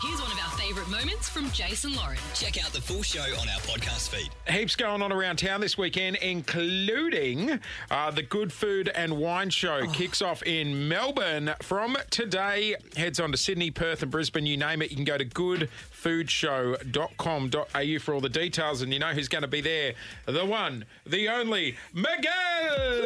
Here's one of our favourite moments from Jason Lauren. Check out the full show on our podcast feed. Heaps going on around town this weekend, including uh, the Good Food and Wine Show Oh. kicks off in Melbourne from today. Heads on to Sydney, Perth, and Brisbane. You name it. You can go to goodfoodshow.com.au for all the details. And you know who's going to be there? The one, the only, Oh, Miguel.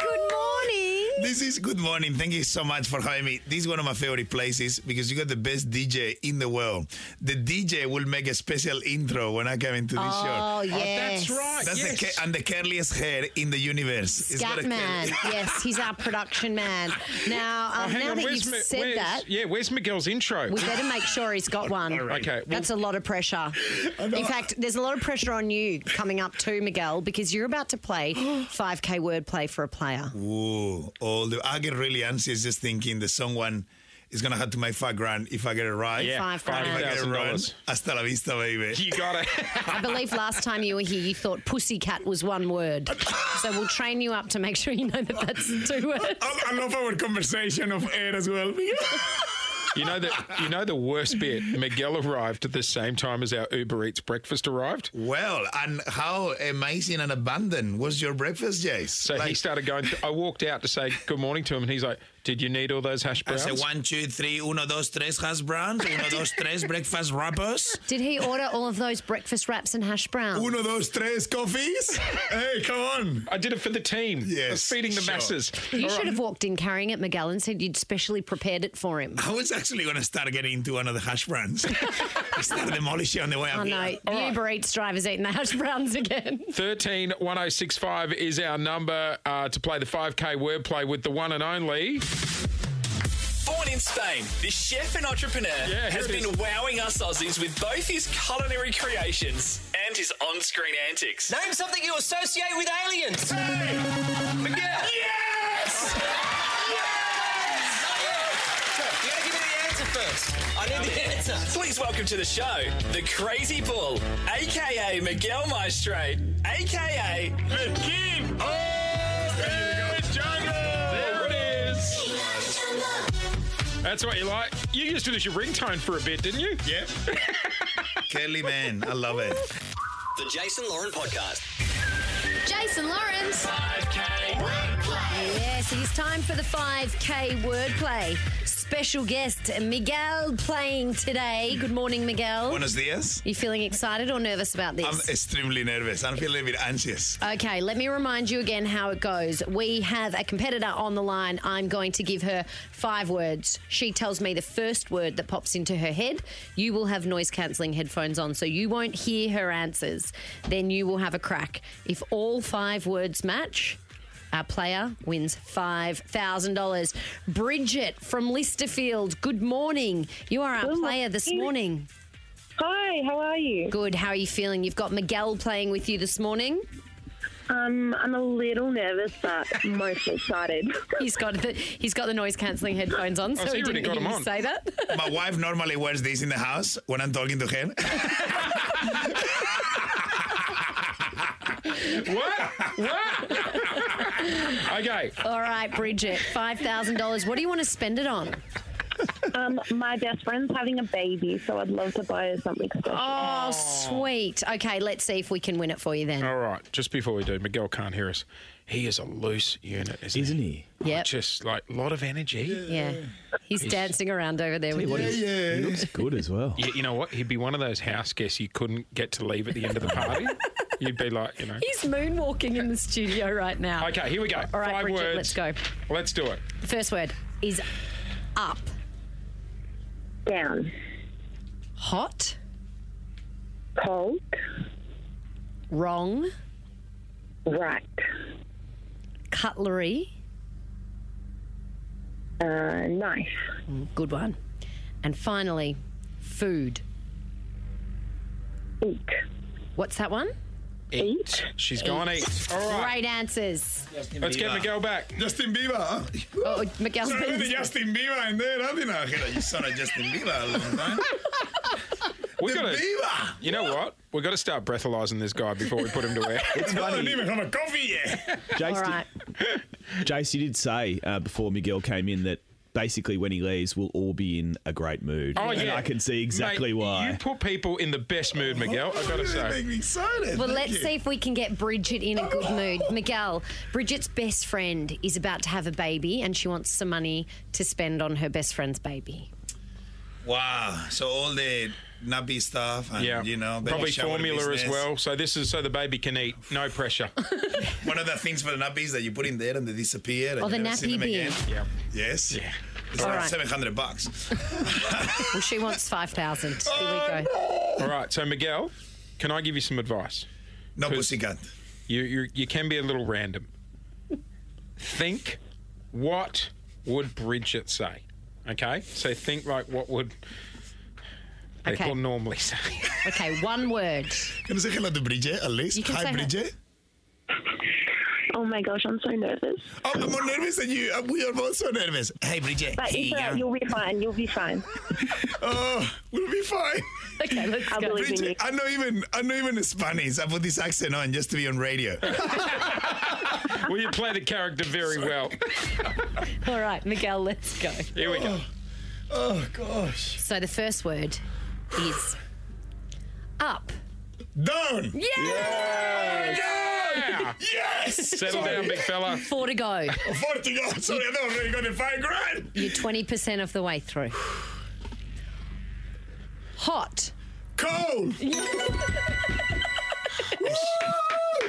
Good morning. This is good morning. Thank you so much for having me. This is one of my favorite places because you got the best DJ in the world. The DJ will make a special intro when I come into this Oh, show. yes. that's right. That's yes. the ca- and the curliest hair in the universe. It's got a Scat man. curly- yes, he's our production man. Now, Oh, um, hang now on, that where's you've Mi- said where's- that, Yeah, where's Miguel's intro? we better make sure he's got one. Okay, well- That's a lot of pressure. In fact, there's a lot of pressure on you coming up too, Miguel, because you're about to play 5K wordplay for a player. Ooh, all the, I get really anxious just thinking that someone is gonna have to make five grand if I get it right. yeah, Five If I grand. get it wrong, $5,000. hasta la vista, baby. You got it. I believe last time you were here, you thought pussycat was one word. So we'll train you up to make sure you know that that's two words. I I love our conversation of air as well. You know the you know the worst bit. Miguel arrived at the same time as our Uber Eats breakfast arrived. Well, and how amazing and abundant was your breakfast, Jace? So he started going. I walked out to say good morning to him, and he's like, "Did you need all those hash I browns?" said one, two, three, uno, dos, tres hash browns, uno, dos, tres breakfast wrappers, Did he order all of those breakfast wraps and hash Oh, browns? uno, dos, tres coffees. hey, come on. I did it for the team. Yes, I was feeding the sure. masses. You All should right. have walked in carrying it, Miguel, and said you'd specially prepared it for him. I was actually going to start getting into one of the hash browns. I started demolishing on the way up Oh here. no, the right. Uber Eats driver's eating the hash browns again. Thirteen one zero six five is our number uh, to play the five k wordplay with the one and only. Born in Spain, this chef and entrepreneur here has it been is. wowing us Aussies with both his culinary creations and his on screen antics. Name something you associate with aliens. Miguel! Yes! You gotta give me the answer first. I need the answer. Please welcome to the show the Crazy Bull, aka Miguel Maestre, aka the King of the There Jungle. it is. That's what you like. You used it as your ringtone for a bit, didn't you? Yep. Kelly, man, I love it. The Jason Lauren Podcast. Jason Lawrence. 5K. Yes, it is time for the 5K wordplay. Special guest Miguel playing today. Good morning, Miguel. Buenos dias. You feeling excited or nervous about I'm this? extremely nervous. I'm feeling a bit anxious. Okay, let me remind you again how it goes. We have a competitor on the line. I'm going to give her five words. She tells me the first word that pops into her head. You will have noise cancelling headphones on, so you won't hear her answers. Then you will have a crack. If all five words match, our player wins $5,000. Bridget from Listerfield, good morning. You are our Good player this morning. morning. Hi, how are you? Good, how are you feeling? You've got Miguel playing with you this morning. Um, I'm a little nervous, but mostly excited. He's got the he's got the noise cancelling headphones on, so Oh, so he you already didn't got hear 'em you on. say that. My wife normally wears this in the house when I'm talking to her. What? what? okay. All right, Bridget, five thousand dollars. What do you want to spend it on? um, my best friend's having a baby, so I'd love to buy her something special. Oh, sweet. Okay, let's see if we can win it for you then. All right, just before we do, Miguel can't hear us. He is a loose unit, isn't, Isn't he? Yep. Just like a lot of energy. Yeah, he's dancing around over there with you. He looks good as well. You, you know what? He'd be one of those house guests you couldn't get to leave at the end of the party. You'd be like, you know. He's moonwalking in the studio right now. Okay, here we go. All right, Five Bridget, words. let's go. Let's do it. First word is up. Down, Hot. cold, Wrong. right, Cutlery. uh, nice, Good one. And finally, food. eat, What's that one? Eat. She's gone eat. All right. Great answers. Let's get Miguel back. Justin Bieber. Oh, Miguel's Sorry, been the Justin Bieber in there. I didn't know you son of Justin Bieber a long time. We The got to. Bieber. You know what? We've got to start breathalyzing this guy before we put him to air. I don't even have a coffee yet. Jace, All right. did, Jace, you did say uh, before Miguel came in that basically when he leaves, we'll all be in a great mood. Oh, And yeah. I can see exactly Mate, why. You put people in the best mood, Miguel, I've got to Oh, say. Make me excited. Well, Thank let's you. see if we can get Bridget in a good mood. Miguel, Bridget's best friend is about to have a baby and she wants some money to spend on her best friend's baby. Wow. So all the nappy stuff and, Yeah, you know, baby probably shower formula as business. well. So this is so the baby can eat, no pressure. One of the things for the nappies that you put in there and they disappear. and Or the you never see nappy them again. bin. yeah. Yes. Yeah. It's All around right. 700 bucks. Well, she wants 5,000. Here we go. All right. So Miguel, can I give you some advice? No Could- pussycat. You you you can be a little random. Think, what would Bridget say? Okay. So think like what would people Okay. normally say. Okay, one word. Can you say hello to Bridget at least? You can say Hi, hi. Bridget. Oh my gosh, I'm so nervous. Oh, I'm more nervous than you. Uh, We are both so nervous. Hey, Bridget. But Hey, it's alright, yeah. you'll be fine. You'll be fine. Oh, we'll be fine. Okay, let's I go. believe in you. Bridget, I'm not even, I'm not even Spanish. I put this accent on just to be on radio. well, you play the character very well. All right, Miguel, let's go. Here we go. oh, gosh. So the first word is up. Done. Yeah. Yes. Settle down, big fella. Four to go. 40 goals. Sorry, I don't really got the five grand. You're 20% of the way through. Hot. Cold.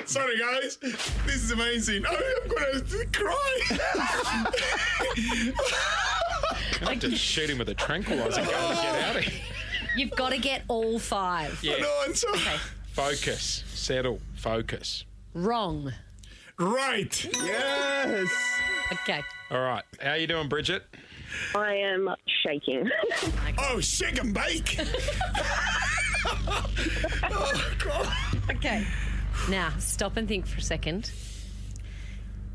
Sorry, guys. This is amazing. I, I'm going to cry. I have to shoot him with a tranquilizer gun to get out of here. You've got to get all five. no, I'm sorry. Focus. Settle. Focus. Wrong. Right. Yes. Okay. All right. How you doing, Bridget? I am shaking. Oh, shake and bake. oh, God. Okay. Now, stop and think for a second.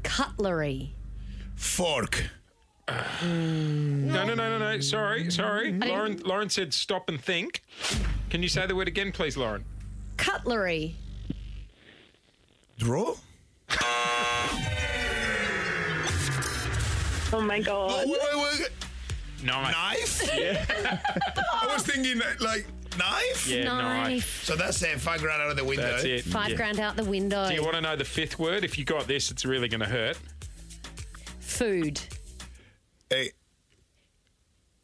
Cutlery. Fork. No, no, no, no, no. Sorry, sorry. Lauren, Lauren said stop and think. Can you say the word again, please, Lauren? Cutlery. Draw? Oh my Oh, god. wait, wait, wait. Knife. Knife? Yeah. I was thinking, like, knife? Yeah, knife. Knife. So that's it. Five grand out of the window. That's it. Five Yeah. grand out the window. Do you want to know the fifth word? If you got this, it's really going to hurt. Food. Hey.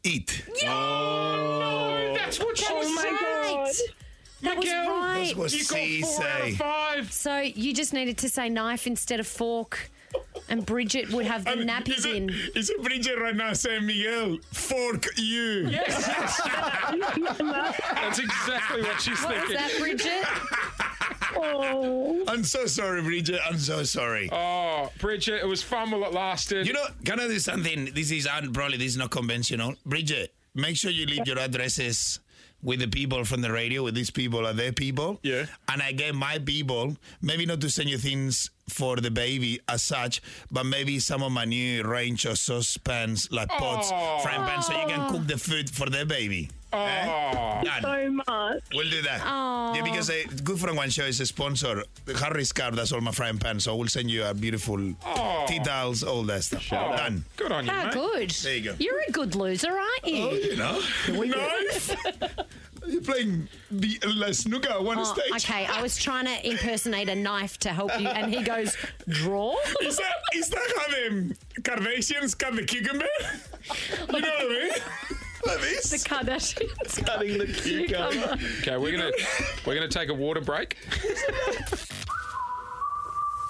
Eat. Oh, That's what she Oh was saying. Right. That was Miguel. right. What You she got four out of say? five. So you just needed to say knife instead of fork, and Bridget would have the nappies Um, is it, in. Is it Bridget right now saying Miguel? Fork you. Yes, yes. That's exactly what she's What was thinking. that, Bridget? Oh. I'm so sorry, Bridget. I'm so sorry. Oh, Bridget, it was fun while it lasted. You know, can I do something? This is un- probably this is not conventional. Bridget, make sure you leave your addresses with the people from the radio, with these people are their people. Yeah. And I get my people, maybe not to send you things for the baby as such, but maybe some of my new range of saucepans, like pots, frying pans, so you can cook the food for the baby. Eh? oh, Done. So much. We'll do that. Yeah, because uh, Good for One Show is a sponsor. Harry's card, that's all my frying pan, so we'll send you a beautiful tea towels, all that stuff. Done. good on you, How mate. good. There you go. Oh, You're a good loser, aren't you? you know, knife. You're playing the uh, snooker at one Oh, okay, I was trying to impersonate a knife to help you, and he goes, draw? Is that is that how the Kardashians cut the cucumber? You know what I mean? Like The this. Kardashians. Cutting the cucumber. Okay, we're gonna we're gonna take a water break.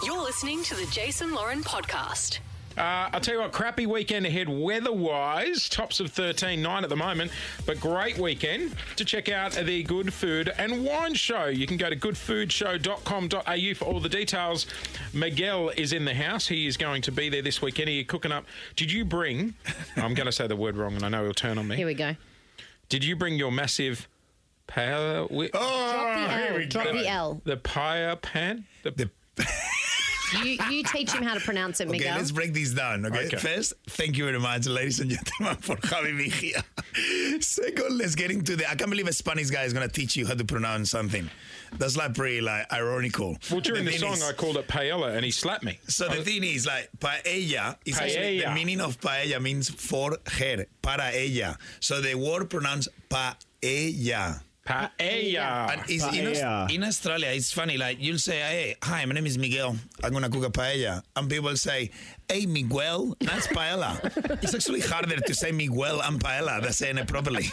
You're listening to the Jason Lauren podcast. Uh, I'll tell you what, crappy weekend ahead weather wise. Tops of 13, 9 at the moment, but great weekend to check out the Good Food and Wine Show. You can go to goodfoodshow.com.au for all the details. Miguel is in the house. He is going to be there this weekend. Are you cooking up? Did you bring, I'm going to say the word wrong and I know he'll turn on Here me. we go. Did you bring your massive power? wi- Drop the Oh, here we L. Drop go. the L. The pyre pan? The, You, you teach him how to pronounce it, Okay, Miguel. let's break this down. Okay? Okay. first, thank you very much, ladies and gentlemen, for having me here. Second, let's get into the. I can't believe a Spanish guy is going to teach you how to pronounce something. That's like pretty like ironical. Well, during the, thing song, is- I called it paella, and he slapped me. So the thing is, like paella is actually the Paella. meaning of paella means for her, para ella. So the word pronounced paella. And Paella. it's in, Aus- Paella. in Australia, it's funny. Like you'll say, "Hey, hi, my name is Miguel. I'm gonna cook a paella," and people say, "Hey, Miguel, that's paella." it's actually harder to say Miguel and paella than saying it properly.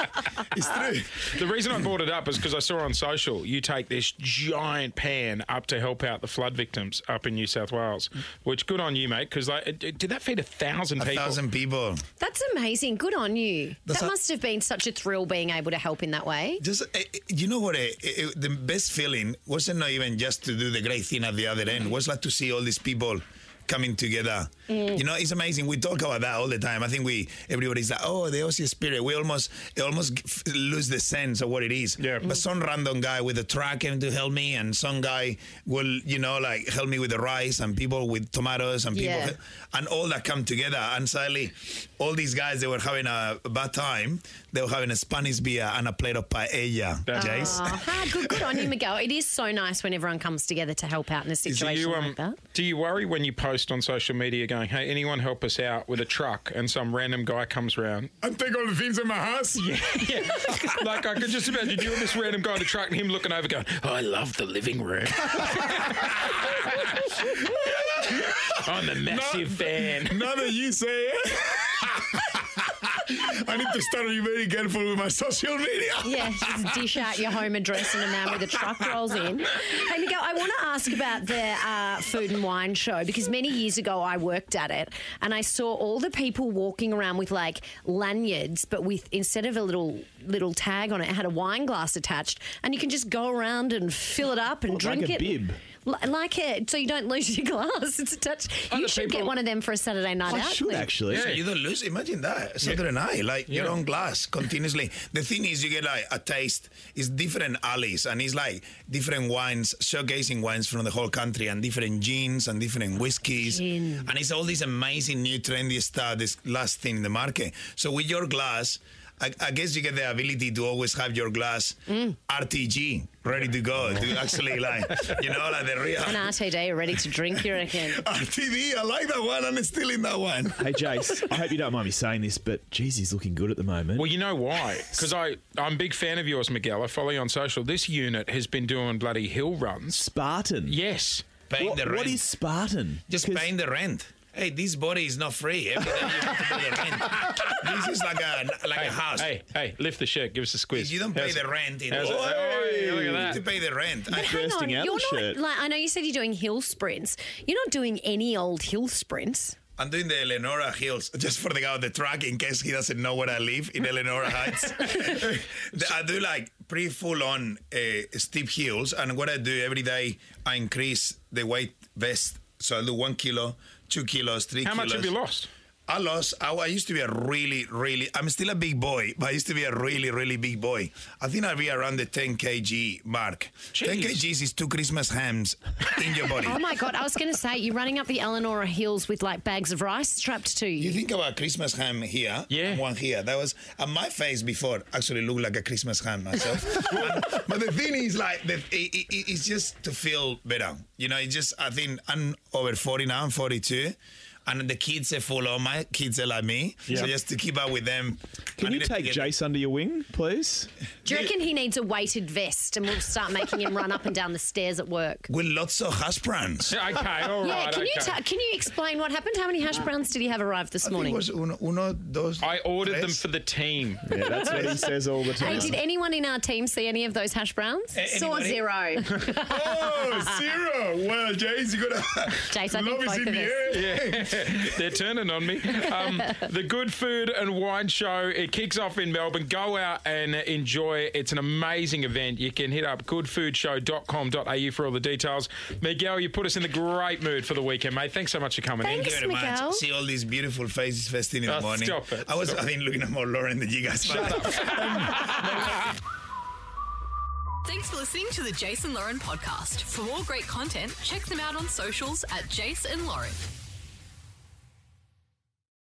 it's true. The reason I brought it up is because I saw on social you take this giant pan up to help out the flood victims up in New South Wales, which good on you, mate. Because like, did that feed a thousand A people? thousand people. That's amazing. Good on you. That's that a- must have been such a thrill being able to help in that way. Just eh, eh, you know what? eh, eh, eh, the best feeling wasn't not even just to do the great thing at the other end. Was like to see all these people coming together. You know, it's amazing. We talk about that all the time. I think we everybody's like, oh, the Aussie spirit. We almost it almost g- f- lose the sense of what it is. Yeah. But some random guy with a truck came to help me, and some guy will you know like help me with the rice, and people with tomatoes, and people Yeah. and all that come together. And suddenly, all these guys they were having a bad time. They were having a Spanish beer and a plate of paella. That's- Jace. Oh, ah, good, good on you, Miguel. It is so nice when everyone comes together to help out in a Do situation you, um, like um, that. do you worry when you post on social media going, hey, anyone help us out with a truck and some random guy comes round? And take all the things in my house. Yeah. Yeah. like, I could just imagine you and this random guy in a truck and him looking over going, I love the living room. I'm a massive fan. Now that you say it. I need to start being very careful with my social media. Yeah, just dish out your home address and a man with a truck rolls in. Hey, Miguel, I want to ask about the uh, food and wine show because many years ago I worked at it and I saw all the people walking around with like lanyards, but with instead of a little little tag on it, it had a wine glass attached, and you can just go around and fill it up and Like drink a it. bib. Li- Like it, so you don't lose your glass. It's attached. You Other should get people- one of them for a Saturday night I out. should Luke. actually. So you don't lose. Imagine that. Saturday night, like your own glass continuously. The thing is, you get like a taste. It's different alleys, and it's like different wines, showcasing wines from the whole country, and different gins and different whiskies, Gin. and it's all this amazing new trendy stuff. This last thing in the market. So with your glass. I, I guess you get the ability to always have your glass RTG ready to go to actually like you know like the real An RTD are ready to drink, you reckon? RTD. I like that one. I'm still in that one. Hey, Jace, I hope you don't mind me saying this, but geez, he's looking good at the moment. Well, you know why? Because I I'm a big fan of yours, Miguel. I follow you on social. This unit has been doing bloody hill runs. Spartan. Yes. Paying What- the what rent. is Spartan? Just Because- paying the rent. Hey, this body is not free. Every day you have to pay the rent. This is like a like Hey, a house. hey, hey, lift the shirt. Give us a If squeeze. you don't pay How's it? the rent, it, How's it? Oi, Hey, look you at need that. to pay the rent. I- Hang on, bursting out you're the not shirt. like I know you said you're doing hill sprints. You're not doing any old hill sprints. I'm doing the Eleonora Hills just for the guy on the truck in case he doesn't know where I live in Eleonora Heights. The- I do like pretty full on uh, steep hills, and what I do every day, I increase the weight vest. So I do one kilo, two kilos, three How kilos. much have you lost? I lost. I, I used to be a really, really. I'm still a big boy, but I used to be a really, really big boy. I think I'd be around the 10 kg mark. 10 Jeez. kgs is two Christmas hams in your body. Oh my god, I was going to say you're running up the Eleanor Hills with like bags of rice strapped to you you. think about Christmas ham here, Yeah. and one here. That was and my face before actually looked like a Christmas ham myself. And- but the thing is, like, the, it, it- it- it's just to feel better. You know, it's just I think I'm over 40 now. I'm 42. And the kids are full on. My kids are like me. So just to keep up with them. I Can you needed to take get- Jace under your wing, please? Do you reckon he needs a weighted vest, and we'll start making him run up and down the stairs at work? with lots of hash browns. Yeah, Okay, all right. Yeah, can you okay. ta- can you explain what happened? How many hash browns did he have arrived this morning? uno, dos. I ordered them for the team. Yeah, that's what he says all the Hey, time. did anyone in our team see any of those hash browns? Saw anybody? zero. Oh, zero. Well, Jace, you gotta. Jace, I think love both is in of the us. air. They're turning on me. Um, the Good Food and Wine Show. It kicks off in Melbourne. Go out and enjoy. It's an amazing event. You can hit up goodfoodshow.com.au for all the details. Miguel, you put us in the great mood for the weekend, mate. Thanks so much for coming Thanks, Thank you very much. Miguel. See all these beautiful faces festing in the Oh, morning. stop it, I was, stop I think, looking at more Lauren than you guys. Shut Thanks for listening to the Jason Lauren podcast. For more great content, check them out on socials at Jason Lauren.